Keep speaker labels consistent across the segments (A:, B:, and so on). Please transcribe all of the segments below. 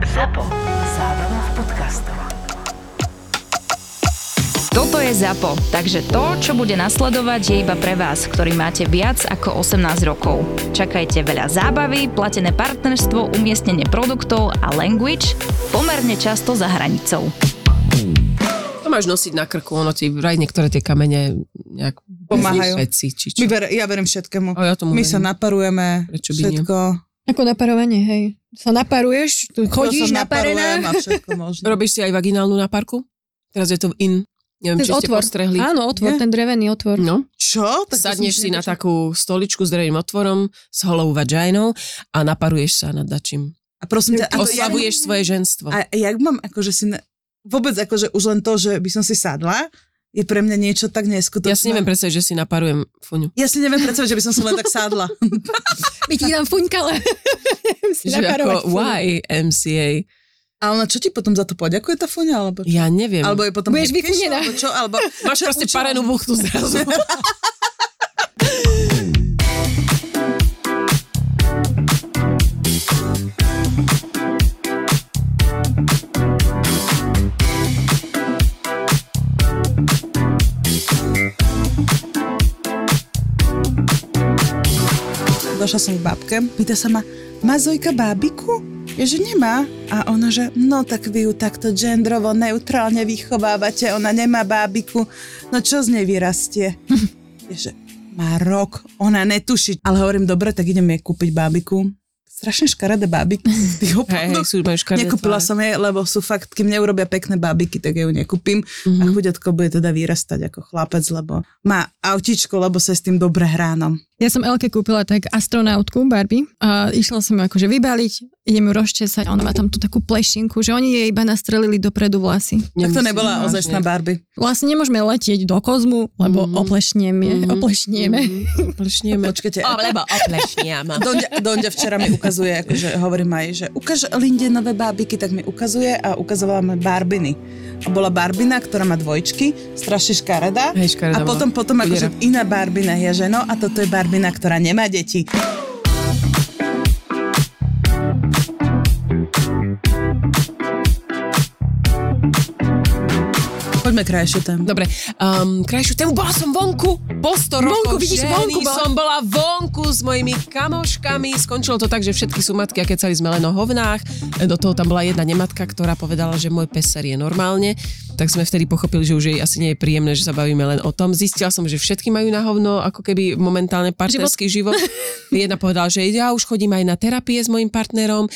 A: ZAPO. Zábrná v podcastov.
B: Toto je ZAPO, takže to, čo bude nasledovať, je iba pre vás, ktorý máte viac ako 18 rokov. Čakajte veľa zábavy, platené partnerstvo, umiestnenie produktov a language pomerne často za hranicou.
C: To máš nosiť na krku, ono ti vraj niektoré tie kamene nejak
D: Pomáhajú.
C: Veci, či čo.
D: My ver, ja verím všetkému.
C: O, ja tomu
D: My
C: verím.
D: sa naparujeme,
C: Prečo by nie?
D: všetko.
E: Ako naparovanie, hej. Sa naparuješ, tu chodíš
D: Ja sa naparujem A
E: naparená.
D: všetko možné.
C: Robíš si aj vaginálnu na parku? Teraz je to v in. Neviem,
E: Ten
C: či ste
E: otvor.
C: postrehli.
E: Áno, otvor,
D: Nie?
E: ten drevený otvor.
C: No,
D: Čo? to som
C: sadneš si na
D: nepočula.
C: takú stoličku s drevým otvorom, s holou vaginou a naparuješ sa nad dačím.
D: A prosím ťa, a to ja,
C: Oslavuješ svoje ženstvo.
D: a jak mám akože si... Na, vôbec akože už len to, že by som si sadla, je pre mňa niečo tak
C: Ja
D: neskutočné.
C: si neviem predstaviť, že si naparujem fuňu.
D: Ja si neviem predstaviť, že by som si len tak sadla.
E: My ti tam fuňkale.
C: Že ako, why MCA?
D: Ale na čo ti potom za to poďakuje tá fuňa? Alebo,
C: Ja neviem.
D: alebo je potom...
E: Budeš
D: happy cash,
E: vyfunená.
D: Alebo čo? Alebo,
C: Máš proste parenú buchtu zrazu.
D: Došla som k babke, pýta sa ma, má Zojka bábiku? Ja, že nemá. A ona, že no tak vy ju takto gendrovo neutrálne vychovávate, ona nemá bábiku, no čo z nej vyrastie? ja, že má rok, ona netuší. Ale hovorím, dobre, tak idem jej kúpiť bábiku. Strašne škaredé bábiky v tých
C: Hej, hej,
D: obchodoch.
C: sú, majú škaredé
D: Nekúpila
C: tváre.
D: som jej, lebo sú fakt, kým neurobia pekné bábiky, tak ju nekúpim.
C: Mhm.
D: A chudetko bude teda vyrastať ako chlapec, lebo má autičko, lebo sa s tým dobre no. hránom.
E: Ja som Elke kúpila tak astronautku Barbie a išla som ju akože vybaliť, idem ju rozčesať a ona má tam tú takú plešinku, že oni jej iba nastrelili dopredu vlasy.
D: Tak to
C: Nemyslím
D: nebola
C: vážne.
D: ozajstná Barbie.
E: Vlastne nemôžeme letieť do kozmu, lebo
C: Mhm.
E: mm-hmm. oplešnieme,
C: Mhm.
E: mm-hmm. oplešnieme.
C: Mhm, Plešnieme.
D: Počkajte,
C: lebo oplešniama.
D: Donďa, Donďa včera mi ukazuje, akože hovorím aj, že ukáž Linde nové bábiky, tak mi ukazuje a ukazovala mi Barbiny. A bola Barbina, ktorá má dvojčky, strašne škaredá.
C: Hej, škaredá
D: a potom,
C: bola.
D: potom akože
C: Chudera.
D: iná Barbina, ja že no a toto je Barbina, ktorá nemá deti. Poďme krajšiu tému.
C: Dobre, um, krajšiu tému, bola som vonku, po 100
E: Vonku,
C: rokov
E: vidíš,
C: ženy,
E: vonku bola.
C: som bola vonku s mojimi kamoškami, skončilo to tak, že všetky sú matky a kecali sme len o hovnách, do toho tam bola jedna nematka, ktorá povedala, že môj peser je normálne, tak sme vtedy pochopili, že už jej asi nie je príjemné, že sa bavíme len o tom. Zistila som, že všetky majú na hovno ako keby momentálne partnerský život. Jedna povedala, že ja už chodím aj na terapie s mojim partnerom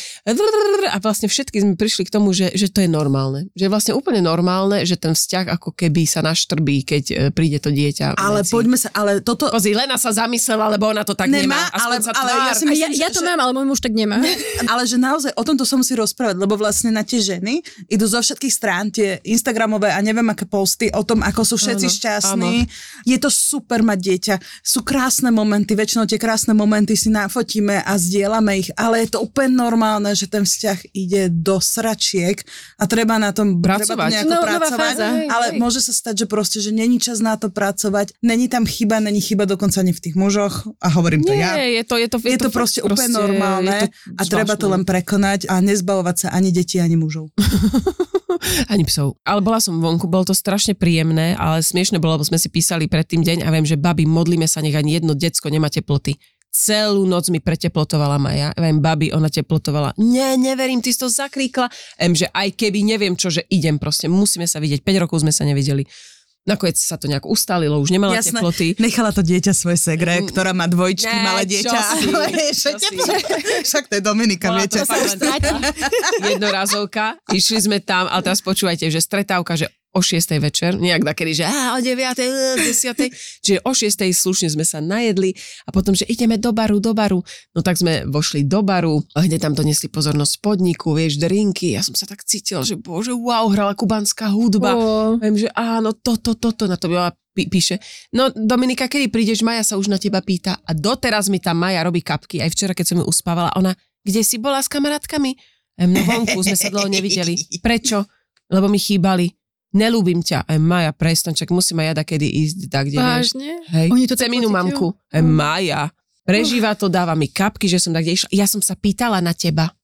C: a vlastne všetky sme prišli k tomu, že, že to je normálne. Že je vlastne úplne normálne, že ten vzťah ako keby sa naštrbí, keď e, príde to dieťa.
D: Ale
C: Veci.
D: poďme sa, ale toto...
C: Pozri, Lena sa zamyslela, lebo ona to tak nemá.
D: Nemá,
C: Aspoň
D: ale-
C: sa
D: ale ja
C: tvár.
D: si myslím,
E: Ja, ja to
D: že-
E: mám, ale môj muž tak nemá.
D: Ale že naozaj o tomto som si rozprávať, lebo vlastne na tie ženy idú zo všetkých strán tie Instagramové a neviem aké posty o tom, ako sú všetci
C: Áno,
D: áno, šťastní. Áno. Je to super mať dieťa. Sú krásne momenty, väčšinou tie krásne momenty si nafotíme a zdieľame ich, ale je to úplne normálne, že ten vzťah ide do sračiek a treba na tom Treba
C: Pracovať.
D: to nejako
E: No, nová
D: pracovať
E: fáza, hej,
D: ale
E: hej.
D: môže sa stať, že proste, že není čas na to pracovať, není tam chyba, není chyba dokonca ani v tých mužoch a hovorím to ja
C: Nie, je to, je to,
D: je to proste úplne normálne
C: je to
D: a treba to
C: zvláštne.
D: len prekonať a nezbavovať sa ani detí, ani mužov.
C: Ani psov. Ale bola som vonku, bolo to strašne príjemné, ale smiešne bolo, lebo sme si písali predtým deň a viem, že babi, modlíme sa, nech ani jedno decko nemá teploty. Celú noc mi preteplotovala Maja. Viem, babi, ona teplotovala. Nie, neverím, ty si to zakríkla. Viem, že aj keby neviem čo, že idem proste. Musíme sa vidieť. 5 rokov sme sa nevideli. Nakoniec sa to nejak ustalilo, už nemala
D: Jasné.
C: teploty.
D: Nechala to dieťa svoje segre, ktorá má dvojčky,
C: Mm. Ne,
D: malé
C: čo
D: dieťa.
C: si,
D: ale
C: čo
D: ešte
C: si.
D: teplo. Však to je Dominika,
C: Bola
D: viete.
C: to fakt len taká jednorazovka. Išli sme tam, ale teraz počúvajte, že stretávka, že o 6. večer, nejak nakedy, že á, o 9. á, o 10. Čiže o 6. slušne sme sa najedli a potom, že ideme do baru, do baru. No tak sme vošli do baru, a hneď tam donesli pozornosť podniku, vieš, drinky. Ja som sa tak cítil, že bože, wow, hrala kubanská hudba.
E: Ó.
C: Viem, že áno, toto, toto, na to mi ona pí- píše. No Dominika, kedy prídeš? Maja sa už na teba pýta. A doteraz mi tá Maja robí kapky. Aj včera, keď som ju uspávala, ona, kde si bola s kamarátkami? Em, no vonku, sme sa dlho nevideli. Prečo? Lebo mi chýbali. Nelúbim ťa. Em, Maja, prestan, čak musím aj ja kedy ísť, tak kde vieš.
E: Vážne?
C: Hej.
E: Oni to
C: Chcem
E: tak Hm.
C: inú
E: pocitujú?
C: mamku. E, Em, Maja. Prežíva to, dáva mi kapky, že som tak kde išla. Ja som sa pýtala na teba.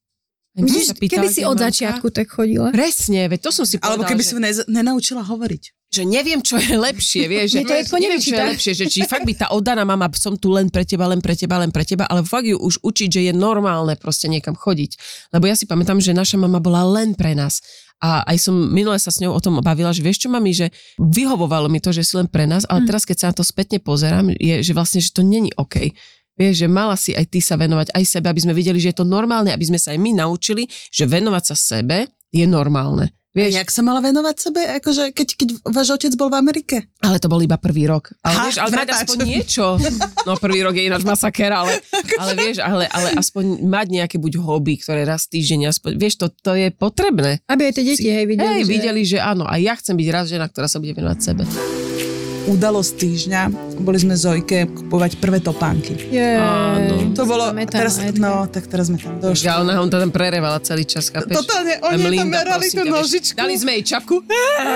C: Aj my sme sa
E: Vidíš,
C: pýtali
E: keby si od
C: Germánka.
E: začiatku tak chodila.
C: Presne, veď to som si povedala,
D: Alebo keby
C: že,
D: som nez- nenaučila hovoriť.
C: že neviem, čo je lepšie, vieš.
E: Je to jedko,
C: neviem,
E: neviem,
C: čo
E: či
C: je
E: tak.
C: lepšie, že či fakt by tá oddaná mama, som tu len pre teba, len pre teba, len pre teba, ale fakt ju už učiť, že je normálne proste niekam chodiť. Lebo ja si pamätám, že naša mama bola len pre nás. A aj som minule sa s ňou o tom bavila, že vieš čo, mami, že vyhovovalo mi to, že si len pre nás, ale teraz, keď sa na to spätne pozerám, je, že vlastne, že to není OK. Vieš, že mala si aj ty sa venovať aj sebe, aby sme videli, že je to normálne, aby sme sa aj my naučili, že venovať sa sebe je normálne. Vieš,
D: Jak sa mala venovať sebe, akože keď, keď váš otec bol v Amerike?
C: ale to bol iba prvý rok. Ale,
D: Ha,
C: vieš, ale mať
D: prepáč.
C: aspoň niečo. No prvý rok je ináč masaker, ale, ale vieš, ale, ale aspoň mať nejaké buď hobby, ktoré raz týždeň, aspoň, vieš, to, to je potrebné.
E: Aby aj tie deti, hej, videli.
C: Hej,
E: že-
C: videli, že áno, a ja chcem byť raz žena, ktorá sa bude venovať sebe.
D: Udalosť týždňa, boli sme Zojke kupovať prvé topánky.
E: Jej,
C: Áno.
D: To bolo,
E: Pamätám,
D: teraz,
E: Edka.
D: no, tak teraz sme tam došli.
C: Ja ona ho tam prerevala celý čas, chápeš?
D: Totálne, oni tam merali
C: prosím
D: tú
C: ťa, vieš,
D: nožičku.
C: Dali sme jej čapku.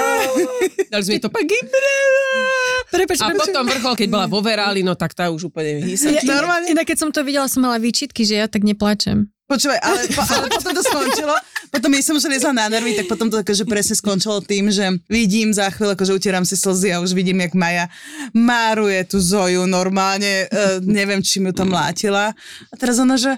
C: dali sme jej to pagy.
E: Prepač,
C: A
E: prepač.
C: potom vrchol, keď bola vo Veráli, no tak tá už úplne hýsa.
E: Ja,
D: Normálne.
E: inak, keď som to videla, som mala výčitky, že ja tak neplačem.
D: Počúvaj, ale, po, ale potom to skončilo. Potom jej som už liezla na nervy, tak potom to akože presne skončilo tým, že vidím za chvíľu, akože utieram si slzy a už vidím, jak Maja máruje tú Zoju normálne. E, neviem, čím ju to mlátila. A teraz ona, že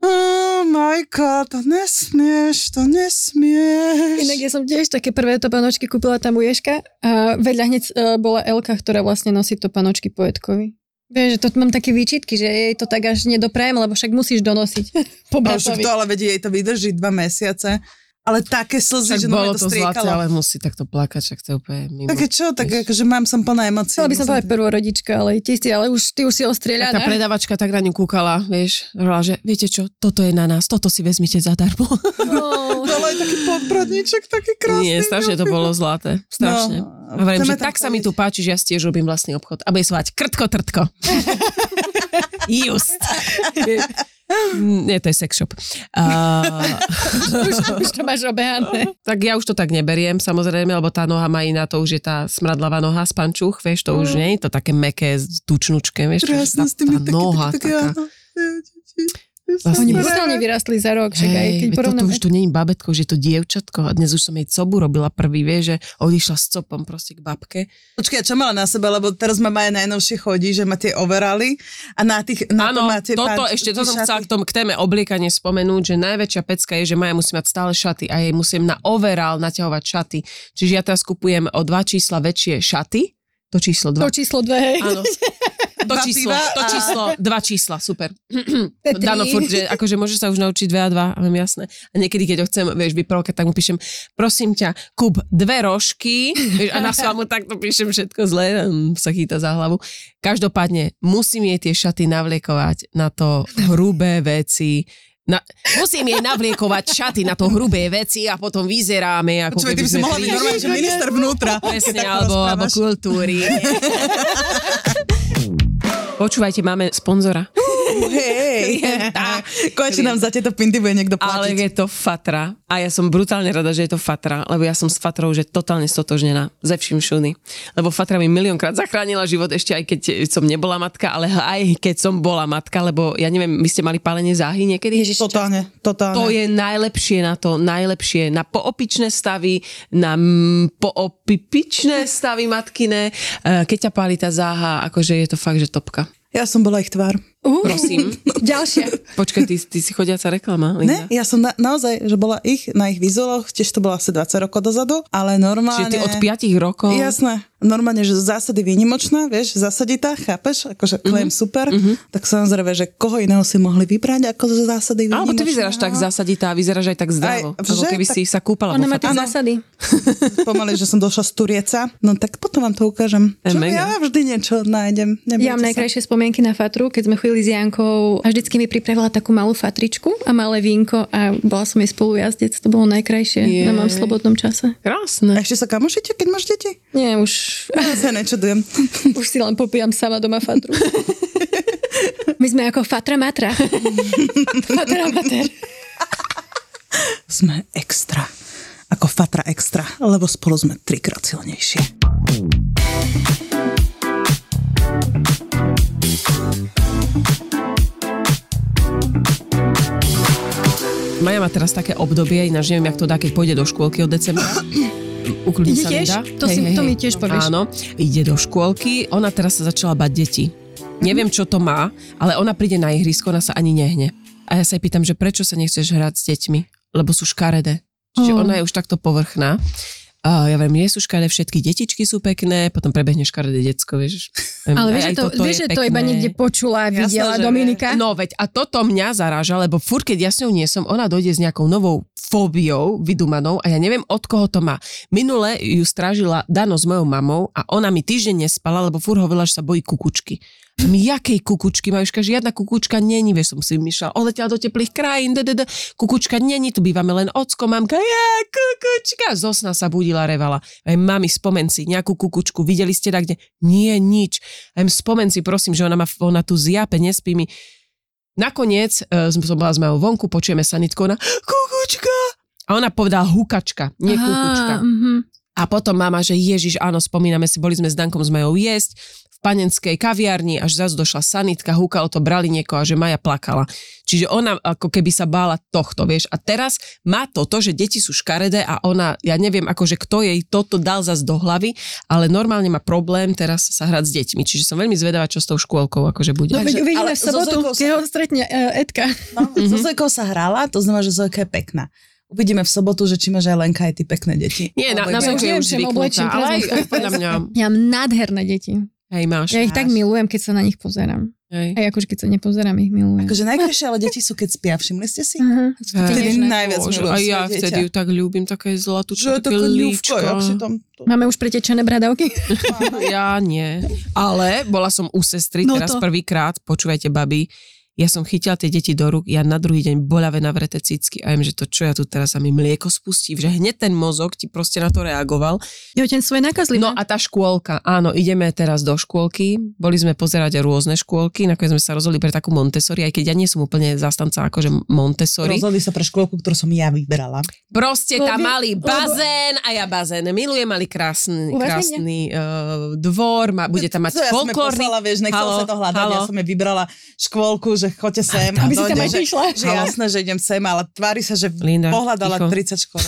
D: Oh my god, to nesmieš, to nesmieš.
E: Inak ja som tiež také prvé topanočky kúpila tam u Ježka a vedľa hneď e, bola Elka, ktorá vlastne nosí topanočky po Edkovi. Vieš, že to mám také výčitky, že jej to tak až nedoprajem, lebo však musíš donosiť po
D: Ale však
E: bratovi.
D: to ale vedie, jej to vydrží dva mesiace. Ale také slzy,
C: Tak
D: že
C: bolo
D: normálne to
C: to zlaté,
D: striekalo.
C: ale musí takto plakať, však to je úplne mimo.
D: Také čo, tak akože mám som plná emócií.
E: Chcela by som povedať prvorodička, ale ty si, ale už, ty už si
C: Tak tá
E: ostrieľaná.
C: predavačka tak na ňu kúkala, vieš, hovorila, že viete čo, toto je na nás, toto si vezmite zadarmo.
E: No.
D: No, ale taký podbrodníček, taký krásny.
C: Nie, strašne to bolo zlaté, strašne.
D: No,
C: No, a hovorím, že
D: chceme tam
C: tak sa mi
D: chodiť.
C: tu páči, že ja si tiež robím vlastný obchod. A bude sa volať krtko, trtko. Just. Nie, to je sex shop. Uh,
E: už, už to máš obehané.
C: tak ja už to tak neberiem, samozrejme, lebo tá noha má iná, to už je tá smradlavá noha z pančuch, vieš, to už nie je to také meké, tučnučké, vieš. to už
D: Krásne
C: tá,
D: s tými
C: tá noha taká. Vlastne. Nie.
E: Oni brutálne vyrastli za rok, že aj keď
C: veď
E: porovnáme.
C: toto už tu není babetko, že je to dievčatko. A dnes už som jej cobu robila prvý, vie, že odišla s copom proste k babke.
D: Počkaj, čo mala na sebe, lebo teraz ma Maja najnovšie chodí, že má tie overaly a na tých... Na
C: Áno,
D: to má tie
C: toto
D: pán-
C: ešte,
D: tie
C: to som
D: šaty.
C: chcela k, tom, k téme obliekanie spomenúť, že najväčšia pecka je, že Maja musí mať stále šaty a jej musím na overall naťahovať šaty. Čiže ja teraz kupujem o dva čísla väčšie šaty, to číslo
E: To
C: dva.
E: číslo dve, hej.
C: Áno. To
D: Dva
C: číslo,
D: piva
C: to
D: a-
C: číslo, dva čísla, super.
E: To je
C: To Dano
E: tri.
C: furt, že akože môže sa už naučiť dve a dva, ale jasné. A niekedy, keď ho chcem, vieš, vyprovokať, tak mu píšem, prosím ťa, kúp dve rožky, vieš, a na mu takto píšem všetko zle, mm, sa chýta za hlavu. Každopádne, musím jej tie šaty navliekovať na to hrubé veci, na, musím jej navliekovať šaty na to hrubé veci a potom vyzeráme ako
D: Počúvaj, ty
C: keby
D: by si
C: sme
D: mohla byť
C: prišli-
D: normálne, že minister vnútra.
C: Presne,
D: keď takto
C: alebo, alebo
D: rozprávaš.
C: kultúry. Počúvajte, máme sponzora.
D: Hej,
C: Tá.
D: konečne nám za tieto pindy bude niekto
C: Ale
D: platiť.
C: je to fatra. A ja som brutálne rada, že je to fatra, lebo ja som s fatrou, že totálne stotožnená. Ze vším všudy. Lebo fatra mi miliónkrát zachránila život, ešte aj keď som nebola matka, ale aj keď som bola matka, lebo ja neviem, vy ste mali palenie záhy niekedy? Ježiš,
D: Totálne, totálne.
C: to je najlepšie na to, najlepšie na poopičné stavy, na mm, poopipičné stavy matkine. E, Keď ťa páli tá záha, akože je to fakt, že topka.
D: Ja som bola ich tvár.
E: Uh,
C: Prosím.
E: Ďalšia.
C: Počkaj, ty, ty si chodiaca reklama, Linda.
D: Ne, ja som na, naozaj, že bola ich na ich vizuáloch, tiež to bolo asi 20 rokov dozadu, ale normálne...
C: Čiže ty od 5 rokov...
D: Jasné. Normálne, že zásady výnimočná, vieš, zásaditá, chápeš?
C: Mhm.
D: Akože claim super. Tak samozrejme, že koho iného si mohli vybrať ako zo zásady výnimočná.
C: Alebo ty vyzeráš tak zásaditá a vyzeráš aj tak zdravo.
D: Aj,
C: Aj, ako
D: že?
C: keby
D: Tak-
C: si sa kúpala
E: Ona
C: vo
E: má
C: fat-
E: tie zásady.
D: Pomaly, že som došla z Turieca. No tak potom vám to ukážem.
C: To je
D: Čo,
C: mega.
D: ja vždy niečo nájdem.
E: Ja mám
D: Nebojte sa.
E: najkrajšie spomienky na Fatru, keď sme chodili s Jankou a vždycky mi pripravila takú malú fatričku a malé vínko a bola som jej spolujazdec, to bolo najkrajšie
C: Jej.
E: na mojom slobodnom
D: A
E: čase.
C: Krásne.
D: ešte sa kamošíte, keď máš deti?
E: Nie, už,
D: Ja sa nečudujem.
E: už si len popijam sama doma Fatru. My sme ako Fatra Matra. Fatra Mater.
D: Sme extra. Ako Fatra extra, lebo spolu sme trikrát silnejšie.
C: Maja má teraz také obdobie, ináč neviem, jak to dá, keď pôjde do škôlky od decembra. Ukludní
E: Ide
C: sa
E: tiež?
C: Linda.
E: To si- to mi tiež povieš.
C: Áno, ide do škôlky, ona teraz sa začala bať deti. Neviem, čo to má, ale ona príde na ihrisko, ona sa ani nehne. A ja sa jej pýtam, že prečo sa nechceš hrať s deťmi? Lebo sú škaredé. Čiže
E: Oh.
C: ona je už takto povrchná. A ja viem, nie sú škaredé, všetky detičky sú pekné, potom prebehne škaredé decko, vieš.
E: Ale
C: Aj-
E: vieš,
C: aj
E: že to,
C: toto
E: vieš,
C: je
E: že to iba
C: pekné.
E: niekde počula,
D: Jasné,
E: videla
D: že
E: Dominika.
C: No veď a toto mňa zaráža, lebo fur, keď ja s ňou nie som, ona dojde s nejakou novou fóbiou vydumanou a ja neviem, od koho to má. Minule ju strážila Dano s mojou mamou a ona mi týždeň nespala, lebo fur hovorila, že sa bojí kukučky. A mi, jakej kukučky? Majuška, žiadna kukučka není, vieš, som si myšla, odletela do teplých krajín, de, de, de. kukučka není, tu bývame len ocko, mamka, ja, kukučka. Zosna sa budila, revala. Aj mami, spomen si, nejakú kukučku, videli ste tak, kde? Nie, nič. Aj spomen si, prosím, že ona, má, ona tu zjape, nespí mi. Nakoniec e, som som bola s Majou vonku, počujeme sanitku, ona kukučka. A ona povedala hukačka, nie
E: Á,
C: kukučka.
E: mhm.
C: A potom mama, že Ježiš, áno, spomíname si, boli sme s Dankom s Majou jesť v panenskej kaviarni, až zase došla sanitka, húkalo to, brali niekoho a že Maja plakala. Čiže ona ako keby sa bála tohto, vieš. A teraz má toto, že deti sú škaredé a ona, ja neviem, akože kto jej toto dal zase do hlavy, ale normálne má problém teraz sa hrať s deťmi. Čiže som veľmi zvedavá, čo s tou škôlkou akože bude.
E: No veď
D: Takže-
E: uvidíme
D: ale
E: v sobotu,
D: so Zojkou sa-
E: keď ho stretne eh, Edka.
D: No,
C: Mhm.
D: mm-hmm. so Zojkou sa hrala, to znamená, že Zojka je pekná. Uvidíme v sobotu, že či máš aj Lenka aj ty pekné deti.
C: Nie, na, na
D: Obojka.
C: Zojku je
E: neviem,
C: už
E: čo im
C: zvyknutá,
E: oblečím,
C: ale aj,
E: teraz
C: aj podľa mňa,
E: Ja mám nádherné deti.
C: hej, máš.
E: Ja ich tak
D: Máš.
E: milujem, keď sa na nich pozerám.
C: Hej.
E: Aj akože keď sa nepozerám, ich milujem.
D: Akože najkrajšie, ale deti sú, keď spia, všimli ste si?
C: Hej.
E: Aha,
D: Vtedy
E: Nežné.
D: najviac
C: Bože,
D: milujú
C: a
D: svoje
C: ja
D: dieťa.
C: vtedy ju tak ľúbim, také
D: Že
C: zlatúčko,
D: je to
C: také
D: kľúvko,
C: líčko.
D: jak si tam... To...
E: Máme už pretečené bradavky?
C: Ja nie. Ale bola som u sestry no
D: No
C: teraz
D: to.
C: prvýkrát, počúvajte, babi, ja som chytila tie deti do rúk, ja na druhý deň boľavé navrete cícky a jem, že to čo ja tu teraz sa mi mlieko spustí, že hneď ten mozog ti proste na to reagoval.
E: Tehotenstvo je nakazlivé.
C: No
D: Mhm.
C: a tá škôlka, áno, ideme teraz do škôlky, boli sme pozerať rôzne škôlky, nakoniec sme sa rozhodli pre takú Montessori, aj keď ja nie som úplne zastanca akože Montessori.
D: Rozhodli sa pre škôlku, ktorú som ja vybrala.
C: Proste tam
E: Lebo-
C: mali
E: lebo-
C: bazén a ja bazén milujem, mali krásny,
E: Uvaženia.
C: krásny uh, dvor, ma, bude tam
D: Co
C: mať
D: ja som jej
C: folklórny
D: poslala, vieš, nechcela
C: Halo,
D: sa to hľadať,
C: halo.
D: ja som jej vybrala škôlku, že choďte sem.
C: tam-
D: A
E: Aby si tam
D: dojde,
E: aj
D: že-
E: prišla.
D: Že jasné, že idem sem, ale tvári sa, že
C: Linda,
D: pohľadala
C: ticho.
D: 30 škôl.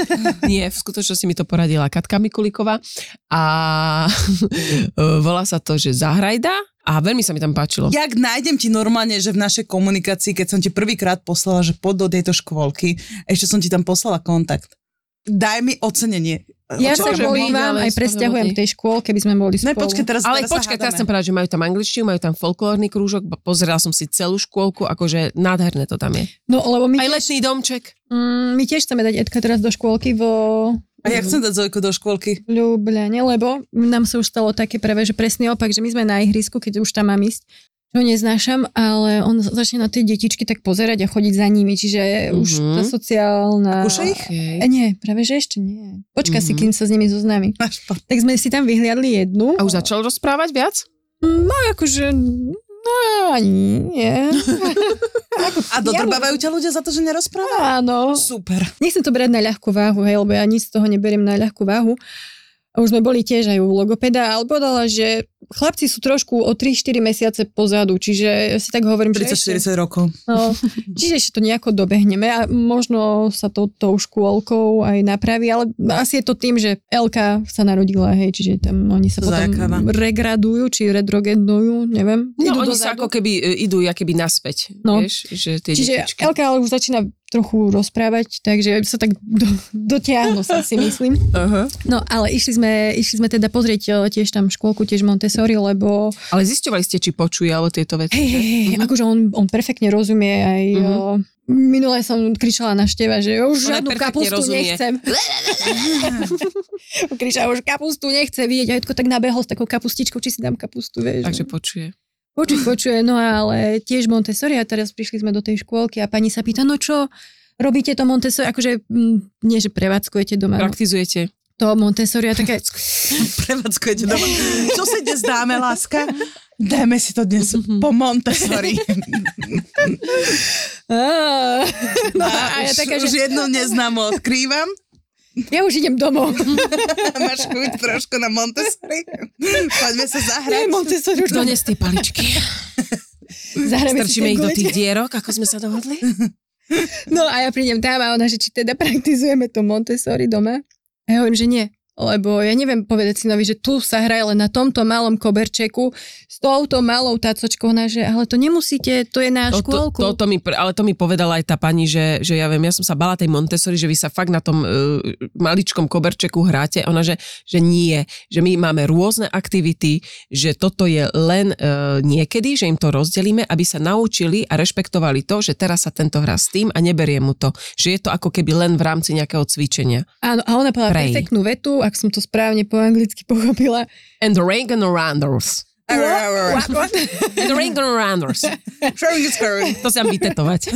C: Nie, v skutočnosti mi to poradila Katka Mikuliková a volá sa to, že Zahrajda a veľmi sa mi tam páčilo. Ja.
D: Jak nájdem ti normálne, že v našej komunikácii, keď som ti prvýkrát poslala, že pod do tejto škôlky, ešte som ti tam poslala kontakt. Daj mi ocenenie.
E: Ja
C: Čo
E: sa
C: môžem
E: bolívam,
C: byť, ale
E: aj
C: sú
E: presťahujem
C: hodnoty.
E: tej škôl, keby sme boli
D: Ne,
E: spolu.
D: počkaj, teraz,
C: Ale
D: teraz
C: počkaj,
D: sa
C: teraz som povedala, že majú tam angličtinu, majú tam folklórny krúžok, bo- pozerala som si celú škôlku, akože nádherné to tam je.
E: No, lebo my,
C: Aj letný domček.
E: mm, my tiež chceme dať Edka teraz do škôlky vo
D: A ja chcem dať Zojku do škôlky.
E: Ljubljane, lebo nám sa už stalo také práve, že presný opak, že my sme na ihrisku, keď už tam mám ísť, čo neznášam, ale on začne na tie detičky tak pozerať a chodiť za nimi, čiže už
C: Mhm.
E: tá sociálna...
D: Kúša ich?
E: E, nie, práve že ešte nie. Počka
C: Mhm.
E: si, kým sa s nimi zoznámi.
D: Máš po-
E: Tak sme si tam vyhliadli
C: A
E: jednu.
C: už začal rozprávať viac?
E: No akože... No, ani nie.
D: A dodrbávajú ťa ľudia za to, že nerozpráva?
E: Áno.
D: Super.
E: Nechcem to brať na ľahkú váhu, hej, lebo ja nič z toho neberiem na ľahkú váhu. A už sme boli tiež aj u logopeda, ale povedala, že chlapci sú trošku o 3-4 mesiace pozadu, čiže ja si tak hovorím, že ešte,
D: 30-40 rokov.
E: no, čiže ešte to nejako dobehneme a možno sa to tou škôlkou aj napraví, ale asi je to tým, že Elka sa narodila, hej, čiže tam oni sa potom
D: Zajakáva.
E: regradujú, či retrogenujú, neviem.
C: No,
E: idú
C: oni
E: dozadu.
C: sa ako keby e, idú ja keby naspäť,
E: No.
C: vieš, že tie
E: Čiže
C: detičky.
E: Elka ale už začína trochu rozprávať, takže sa tak do, dotiahnu sa si myslím.
C: Aha.
E: No ale išli sme, išli sme teda pozrieť e, tiež tam škôlku, tiež Montessori, lebo
C: Ale zisťovali ste, či počuje alebo tieto veci.
E: hej, hej, hej,
C: Mhm.
E: akože on, on perfektne rozumie aj...
C: Mhm.
E: Mm-hmm. Minule som kričala na števa, že ja už
C: Ona
E: žiadnu
C: perfektne
E: kapustu
C: rozumie.
E: nechcem. kričala, už kapustu nechce vidieť. A Edko tak nabehol s takou kapustičkou, či si dám kapustu, vieš.
C: Takže počuje.
E: Počuť, počuje, no ale tiež Montessori a teraz prišli sme do tej škôlky a pani sa pýta, no čo, robíte to Montessori, akože m, nie, že prevádzkujete doma, no,
C: Praktizujete.
E: to Montessori a také,
D: Prevádzkujete doma. Čo si dnes dáme, láska? Mhm. Dáme si to dnes po Montessori.
E: "Á." no, a ja
D: už,
E: taká,
D: už
E: že
D: jednu neznámu odkrývam.
E: ja už idem domov.
D: Máš chuť trošku na Montessori? Poďme sa zahrať.
E: Ne, Montessori už
C: Dones tie paličky.
E: zahráme si
C: Strčíme ich do
E: tenkulečky.
C: tých dierok, ako sme sa dohodli.
E: No a ja prídem tam a ona, že či teda praktizujeme to Montessori doma. A ja hovorím, že nie. Lebo ja neviem povedať synovi, že tu sa hraje len na tomto malom koberčeku s touto malou tácočkou. Ona, že ale to nemusíte, to je na
C: To, to,
E: škôlku.
C: to, to mi, pr- ale to mi povedala aj tá pani, že, že ja viem, ja som sa bala tej Montessori, že vy sa fakt na tom uh, maličkom koberčeku hráte. Ona, že, že nie, že my máme rôzne aktivity, že toto je len uh, niekedy, že im to rozdelíme, aby sa naučili a rešpektovali to, že teraz sa tento hrá s tým a neberie mu to. Že je to ako keby len v rámci nejakého cvičenia.
E: Áno, a ona povedala
C: Prej.
E: perfektnú vetu, ak som to správne po anglicky pochopila.
C: And the Reagan Rounders.
D: What? What?
C: And the Reagan Rounders. To sa vytetovať.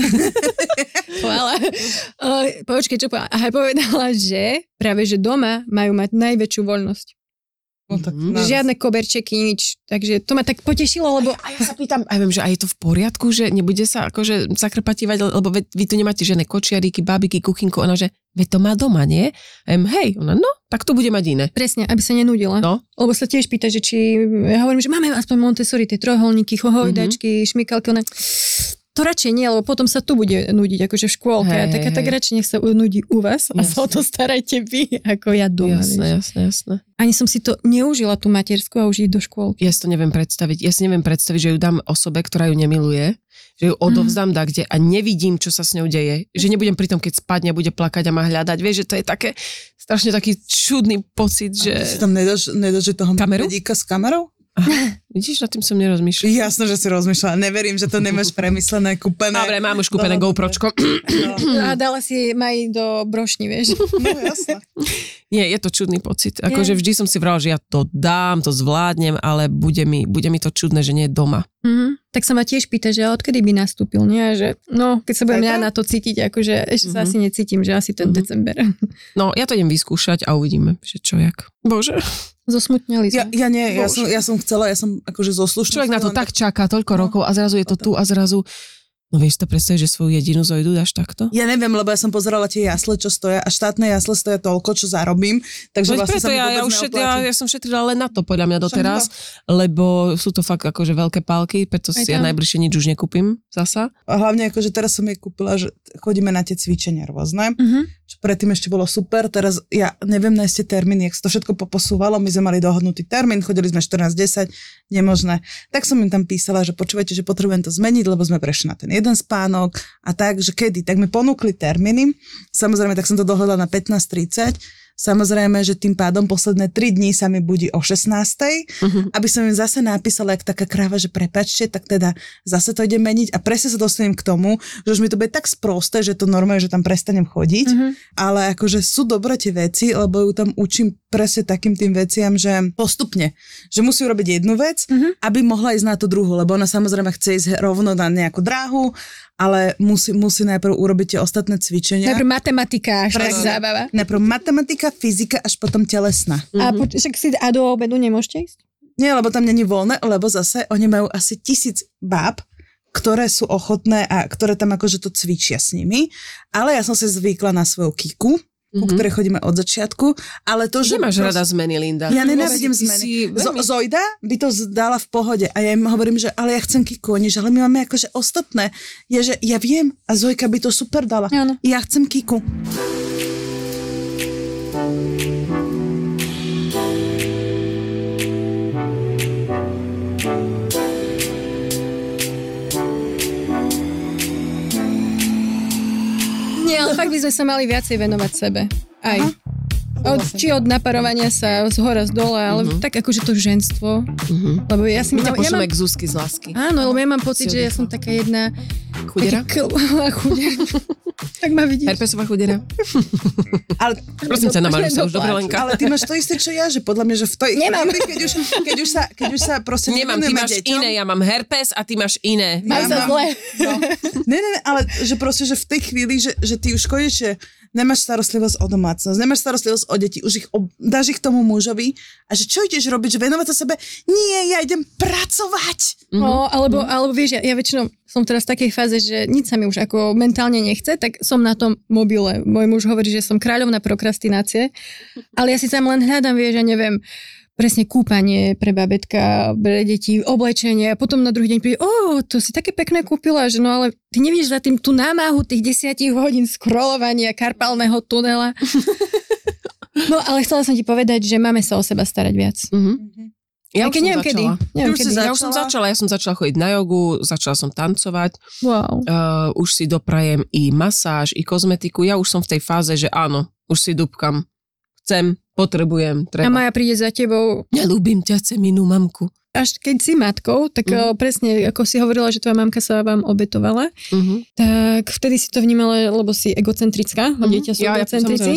E: Chvála. Ale počkej, čo povedala? Aha, povedala, že práve že doma majú mať najväčšiu voľnosť.
D: No tak
C: Mhm.
D: na-
E: Žiadne koberčeky, nič. Takže to ma tak potešilo, lebo
C: A ja sa pýtam, a viem, že aj je to v poriadku, že nebude sa akože zakrpativať, lebo veď vy tu nemáte žiadne kočiariky, bábiky, kuchynku, ona že, veď to má doma, nie? A jem, hej, ona, no, tak to bude mať iné.
E: presne, aby sa nenudila.
C: No.
E: Lebo sa tiež pýta, že či... Ja hovorím, že máme aspoň Montessori, tie trojuholníky, chohojdačky,
C: Mhm.
E: mm-hmm. šmikalky, ona... To radšej nie, lebo potom sa tu bude nudiť, akože v škôlke.
C: Hej,
E: Hey, tak,
C: hej,
E: tak
C: hej.
E: radšej nech sa nudí u vás a
C: Jasne.
E: sa o to starajte vy, ako
D: No,
E: ja doma. vieš.
C: jasné, jasné.
E: Ani som si to neužila tú matersku a už ísť do
C: Ja
E: škôlky.
C: si to neviem predstaviť. Ja si neviem predstaviť, že ju dám osobe, ktorá ju nemiluje, že ju odovzdám
D: Mhm.
C: mm. kde a nevidím, čo sa s ňou deje. Že nebudem pri tom, keď spadne, bude plakať a má hľadať. Vieš, že to je také, strašne taký čudný pocit,
D: Ty
C: že...
D: si tam nedáš, nedáš že toho
C: Kameru?
D: medíka s kamerou?
C: Vidíš, nad tým som nerozmýšľal.
D: Jasno, že si rozmýšľala. Neverím, že to nemáš premyslené, kúpené.
C: Dobre, mám už kúpené
D: Dobre.
C: GoPročko.
D: No,
E: A dala si maj do brošni, vieš.
D: no jasné.
C: Nie, je to čudný pocit. Akože
E: Je.
C: vždy som si vral, že ja to dám, to zvládnem, ale bude mi, bude mi to čudné, že nie je doma.
E: Mm-hmm. Tak sa ma tiež pýta, že a odkedy by nastúpil, nie? A že, no, keď sa budem
D: Zajtra?
E: ja na to cítiť, akože ešte mm-hmm. sa
C: Mhm.
E: asi necítim, že asi ten
C: Mhm.
E: mm-hmm. december.
C: No, ja to idem vyskúšať a uvidíme, že čo jak. Bože,
E: Zosmutneli
D: Ja,
E: sme.
D: ja nie,
C: Bože.
D: ja som, ja som chcela, ja som akože zo slušnosti
C: človek na to
D: len
C: tak čaká toľko
D: No,
C: rokov a zrazu je to tu a zrazu... No vieš, to predstaviť, že svoju jedinu zojdu dáš takto?
D: Ja neviem, lebo ja som pozerala tie jasle, čo stoja a štátne jasle stoja toľko, čo zarobím. Takže
C: Veď
D: vlastne
C: preto
D: sa mi
C: ja, ja,
D: vôbec
C: už šet, ja,
D: neoplatí. no.
C: ja som šetrila len na to, podľa mňa doteraz, lebo sú to fakt akože veľké pálky, preto
E: Aj
C: si ja
E: tam.
C: najbližšie nič už nekúpim zasa.
D: A hlavne akože teraz som jej kúpila, že chodíme na tie cvičenia rôzne,
E: Mm-hmm.
D: čo predtým ešte bolo super, teraz ja neviem nájsť tie termíny, jak sa to všetko poposúvalo, my sme mali dohodnutý termín, chodili sme 14.10, nemožné. Tak som im tam písala, že počúvajte, že potrebujem to zmeniť, lebo sme prešli na ten jeden spánok a tak, že kedy, tak mi ponúkli termíny, samozrejme, tak som to dohľadala na 15.30, Samozrejme, že tým pádom posledné 3 dní sa mi budí o 16 aby som im zase napísala, jak taká kráva, že prepačte, tak teda zase to ide meniť a presne sa dostanem k tomu, že už mi to bude tak sprosté, že to normálne, že tam prestanem chodiť,
E: Mhm.
D: ale akože sú dobré tie veci, lebo ju tam učím presne takým tým veciam, že postupne, že musí urobiť jednu vec,
E: Mhm.
D: aby mohla ísť na tú druhú, lebo ona samozrejme chce ísť rovno na nejakú dráhu, ale musí, musí najprv urobiť tie ostatné cvičenia.
E: Najprv matematika, až tak
D: Presne.
E: zábava.
D: najprv matematika, fyzika, až potom telesná.
E: Mm-hmm. A, poč- však si, a do obedu nemôžete ísť?
D: Nie, lebo tam není voľné, lebo zase oni majú asi tisíc báb, ktoré sú ochotné a ktoré tam akože to cvičia s nimi. Ale ja som si zvykla na svoju kiku, mm-hmm. ku
C: Mhm.
D: ktorej chodíme od začiatku, ale to, že...
C: Nemáš
D: proste-
C: rada zmeny, Linda.
D: Ja
C: Ty
D: nenávidím
C: si- ty
D: zmeny.
C: si
D: Zo,
C: veľmi-
D: Zojda by to zdala v pohode a ja im hovorím, že ale ja chcem kiku, oni, že ale my máme akože ostatné. Je, že ja viem a Zojka by to super dala.
E: Áno.
D: Ja chcem kiku.
E: Nie, ale fakt by sme sa mali viacej venovať sebe. Aj. Od, či od naparovania sa z hora, z dola, ale mm-hmm. tak akože to ženstvo.
C: Mhm.
E: Lebo ja si
C: Mňa
E: myslím, ja
C: pošleme
E: mám,
C: k Zuzky z lásky.
E: áno, lebo ja mám pocit, že ja som taká jedna...
C: Chudera?
E: taký kl- a chudera. tak ma vidíš.
C: Herpesová chudera.
D: Ale
C: Prosím ťa, namaluj sa už, dobre Lenka.
D: Ale ty máš to isté, čo ja, že podľa mňa, že v tej
E: Nemám.
D: chvíli, keď už, keď už sa, keď už sa proste
C: Nemám, ty
D: nevenujeme
C: máš
D: deťom,
C: iné, ja mám herpes a ty máš iné.
E: Mám
D: Ja
E: sa
D: mám-
E: zle.
C: no,
D: Ne, ne, ne, ale že proste, že v tej chvíli, že, že ty už konečne nemáš starostlivosť o domácnosť, nemáš starostlivosť o deti, už ich ob, dáš ich tomu mužovi a že čo ideš robiť, že venovať sa sebe? Nie, ja idem pracovať.
E: No, alebo,
D: Mhm.
E: alebo vieš, ja, ja väčšinou som teraz v takej fáze, že nič sa mi už ako mentálne nechce, tak som na tom mobile. Môj muž hovorí, že som kráľovna prokrastinácie, ale ja si tam len hľadám, vieš, ja neviem, presne kúpanie pre babetka, pre deti, oblečenie a potom na druhý deň príde, o, to si také pekné kúpila, že no ale ty nevidíš za tým tú námahu tých desiatich hodín skrolovania karpálneho tunela. no ale chcela som ti povedať, že máme sa o seba starať viac.
C: Mhm. Ja
E: Aj keď
C: som
E: neviem kedy.
C: začala.
E: Neviem
D: Ty už si
E: kedy.
D: za-
C: Ja už som začala, ja som začala chodiť na jogu, začala som tancovať,
E: Wow.
C: uh, už si doprajem i masáž, i kozmetiku. Ja už som v tej fáze, že áno, už si dúbkam. Chcem, potrebujem,
E: A
C: treba.
E: Maja príde za tebou,
C: Nelúbim ťa, chcem inú mamku.
E: až keď si matkou, tak
C: Mhm.
E: mm. presne ako si hovorila, že tvoja mamka sa vám obetovala,
C: Mhm.
E: tak vtedy si to vnímala, lebo si egocentrická, mm. dieťa sú ja, egocentrici.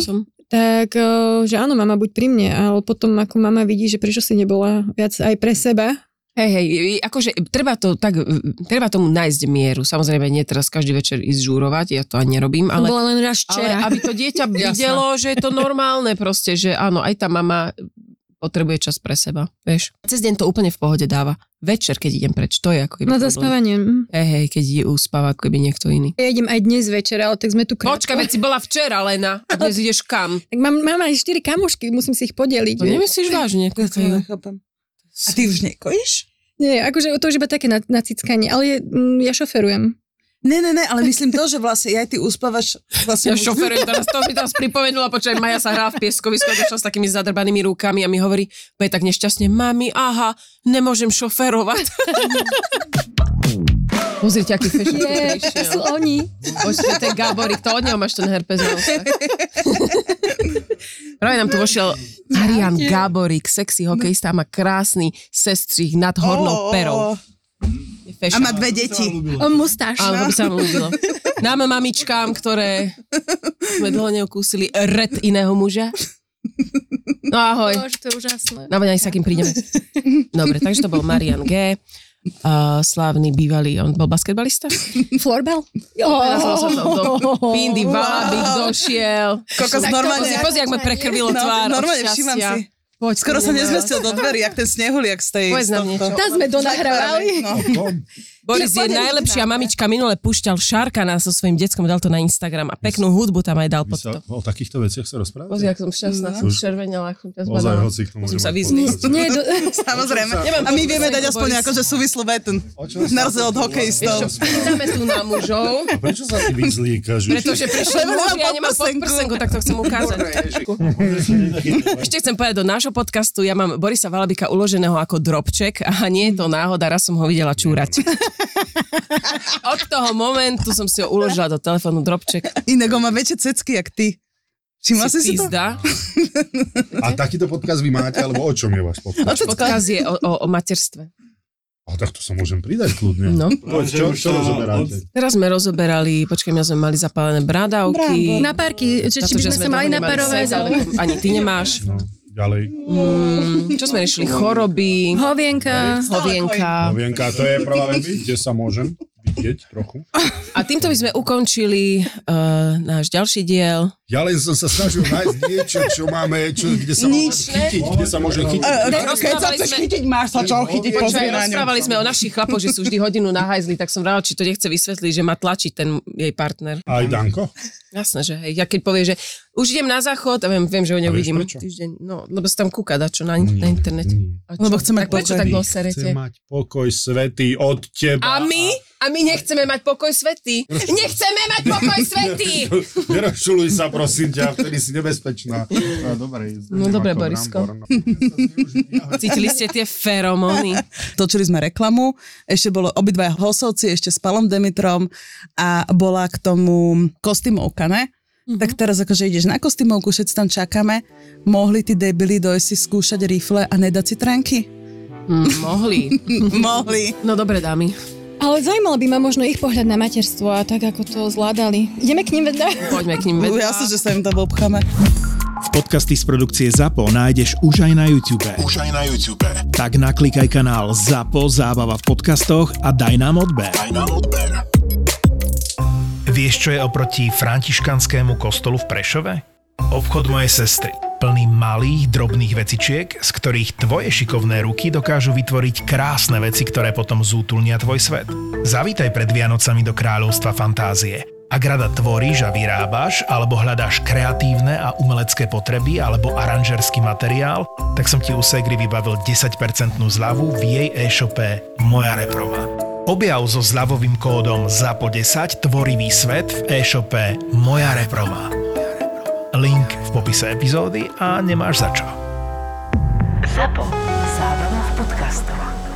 C: Mhm. samozrejme som.
E: tak eh, že áno, mama, buď pri mne, ale potom ako mama vidí, že prečo si nebola viac aj pre seba.
C: Hej, hej, akože treba, to, tak, treba tomu nájsť mieru. Samozrejme, nie teraz každý večer ísť žúrovať, ja to ani nerobím,
E: Ale,
C: ale,
E: bola len
C: ale
E: raz včera.
C: aby to dieťa videlo, že je to normálne proste, že áno, aj tá mama potrebuje čas pre seba, vieš. Cez deň to úplne v pohode dáva. Večer, keď idem preč, to je ako keby...
E: Na
C: problém.
E: zaspávanie. Mhm.
C: Hej, hej, keď ide uspáva, ako keby niekto iný.
E: Ja idem aj dnes večer, ale tak sme tu krátko.
C: Počkaj, veď si bola včera, Lena, a dnes ideš kam?
E: Tak mám, mám aj štyri kamošky, musím si ich podeliť.
C: To
E: vieš.
C: nemyslíš vážne?
D: Ja to nechápem. A ty už nekojíš?
E: Nie, akože to už iba také na- nacickanie, ale je, mm, ja šoferujem.
D: Ne, ne, ne, ale myslím to, že vlastne aj ty uspávaš
C: Ja
D: vlastne... buď-
C: šoferujem teraz, to mi teraz pripomenula, počkaj, Maja sa hrá v pieskovisku, došla s takými zadrbanými rukami a mi hovorí, to je tak nešťastne, mami, aha, nemôžem šoferovať. Pozrite, aký fashion
E: Je, to sú
C: prišiel.
E: oni.
C: Počkaj, to je Gáborik, to od neho máš ten herpes na ústach. Práve nám tu vošiel Marian Gáborik, sexy hokejista, má krásny sestřih nad hornou
D: Ó,
C: perou.
D: ó, ó.
C: Je
D: A
C: fashion.
D: má dve deti.
E: On mustáš.
C: Áno, to by sa vám ľúbilo. Nám mamičkám, ktoré sme dlho neokúsili red iného muža. No ahoj.
E: Bože, to je úžasné.
C: Na voňaj sa, kým prídeme. Dobre, takže to bol Marian G. Uh, slávny bývalý, on bol basketbalista?
E: Florbal? Jo.
C: Teraz som sa do Pindy, Vábik došiel.
D: Kokos,
E: Tak to
D: normálne...
C: Pozri, pozri, ak ma prekrvilo tvár od
D: No, normálne všímam
C: šťastia.
D: si. Skoro sa nezmestil do dverí, jak ten snehuliak z tej...
C: Povedz
D: z
C: nám
D: tohto.
C: niečo.
E: Tá sme donahrávali.
D: No.
C: Boris je najlepšia mamička, minule púšťal Šarkana so svojím deckom, dal to na Instagram a peknú hudbu tam aj dal
F: Vy
C: pod to.
F: sa o takýchto veciach sa
C: Pozri,
F: rozprávate?
C: ak som šťastná,
D: No.
C: som
F: Už-
C: červenela, chuťa
F: Ozaj,
C: zbadala.
F: hoci k tomu
C: Musím
F: môžem
C: sa
F: odpovedať.
C: vyzniesť.
E: Nie, do...
D: Samozrejme.
C: Nemám
D: A my vieme
C: problém,
D: dať
C: Boris.
D: aspoň akože súvislú vetu.
F: O čom sa
D: Na rozdiel od
F: tu
D: hokejistov.
F: hovoríme?
C: Dáme tu na mužov,
F: A Prečo sa ty vyzlíkaš?
C: pretože prišli
D: Lebo
C: muži
D: mám
C: a nemám
D: podprsenku.
C: podprsenku, tak to chcem ukázať. Ešte chcem povedať do nášho podcastu, ja mám Borisa Valabika uloženého ako drobček a nie je to náhoda, raz som ho videla čúrať. Od toho momentu som si ho uložila do telefónu drobček.
D: Inak on má väčšie cecky, jak ty.
E: No,
D: Všimla si si to?
C: pizda.
F: A takýto podcast vy máte, alebo o čom je váš podcast?
C: Náš Podkaz je o, o, o materstve.
F: A tak to sa môžem pridať kľudne.
C: No.
F: Poď, čo, čo rozoberáte?
C: Teraz sme rozoberali, počkaj, my sme mali zapálené bradavky.
E: Na parky, že či by sme sa mali naparovať.
C: sex,
E: ale-
C: ale ani ty nemáš.
F: No, ďalej.
C: Mm, čo sme riešili? Choroby,
E: Hovienka.
C: hovienka.
F: Novienka, to je prvá vec, kde sa môžem vidieť trochu.
C: A týmto by sme ukončili uh, náš ďalší diel.
F: Ja len som sa snažil nájsť niečo, čo máme, čo, kde sa môžem chytiť, kde sa môžem chytiť.
D: Keď sa
C: Rozprávali
D: chceš
C: sme-
D: chytiť, máš sa čo chytiť.
C: Počkaj,
D: pozri na ňu.
C: rozprávali sme o našich chlapoch, že sú vždy hodinu nahajzli, tak som rád, či to nechce vysvetliť, že má tlačiť ten jej partner.
F: Aj Danko?
C: Jasné, že hej. Ja keď povie, že už idem na záchod, a viem, viem že ho neuvidím
F: vieš prečo?
C: týždeň. No, lebo sa tam kúka dačo na, in- na internete.
F: nie.
C: A čo?
D: Lebo chce mať
C: tak prečo
D: pokoj.
C: tak
F: Vy
C: loserete?
F: Chce mať pokoj svetý od teba.
C: A my? A my nechceme mať pokoj svetý. Nechceme mať pokoj svetý!
F: Nerozčuluj sa, prosím ťa, vtedy si nebezpečná. No, dobre,
C: No, dobre, Borisko.
F: no.
C: Cítili ste tie feromóny.
D: Točili sme reklamu, ešte bolo obidvaja hosovci, ešte s Palom Demitrom a bola k tomu kostýmovka, ne?
C: Mhm.
D: Mm-hmm. Tak teraz akože ideš na kostýmovku, všetci tam čakáme. Mohli tí debili dojsť si skúšať rifle a nedať si tranky?
C: Hm, mohli.
D: Mohli.
C: No dobre, dámy.
E: Ale zaujímalo by ma možno ich pohľad na materstvo a tak, ako to zvládali. Ideme k ním vedľa.
C: Poďme k ním.
D: Ja som, že sa im to obcháme.
G: Podcasty z produkcie ZAPO nájdeš už aj na YouTube. Už aj na YouTube. Tak naklikaj kanál ZAPO Zábava v podcastoch a daj nám odber. Daj nám odber.
H: Vieš, čo je oproti františkanskému kostolu v Prešove? Obchod mojej sestry. Plný malých, drobných vecičiek, z ktorých tvoje šikovné ruky dokážu vytvoriť krásne veci, ktoré potom zútulnia tvoj svet. Zavítaj pred Vianocami do kráľovstva fantázie. Ak rada tvoríš a vyrábaš, alebo hľadáš kreatívne a umelecké potreby, alebo aranžerský materiál, tak som ti u Segri vybavil 10% zľavu v jej e-shope Moja Reprova. Objav so zľavovým kódom ZAPO10 tvorivý svet v e-shope Moja Reprova. Link v popise epizódy a nemáš za čo.
A: Zábrná v podcastovách.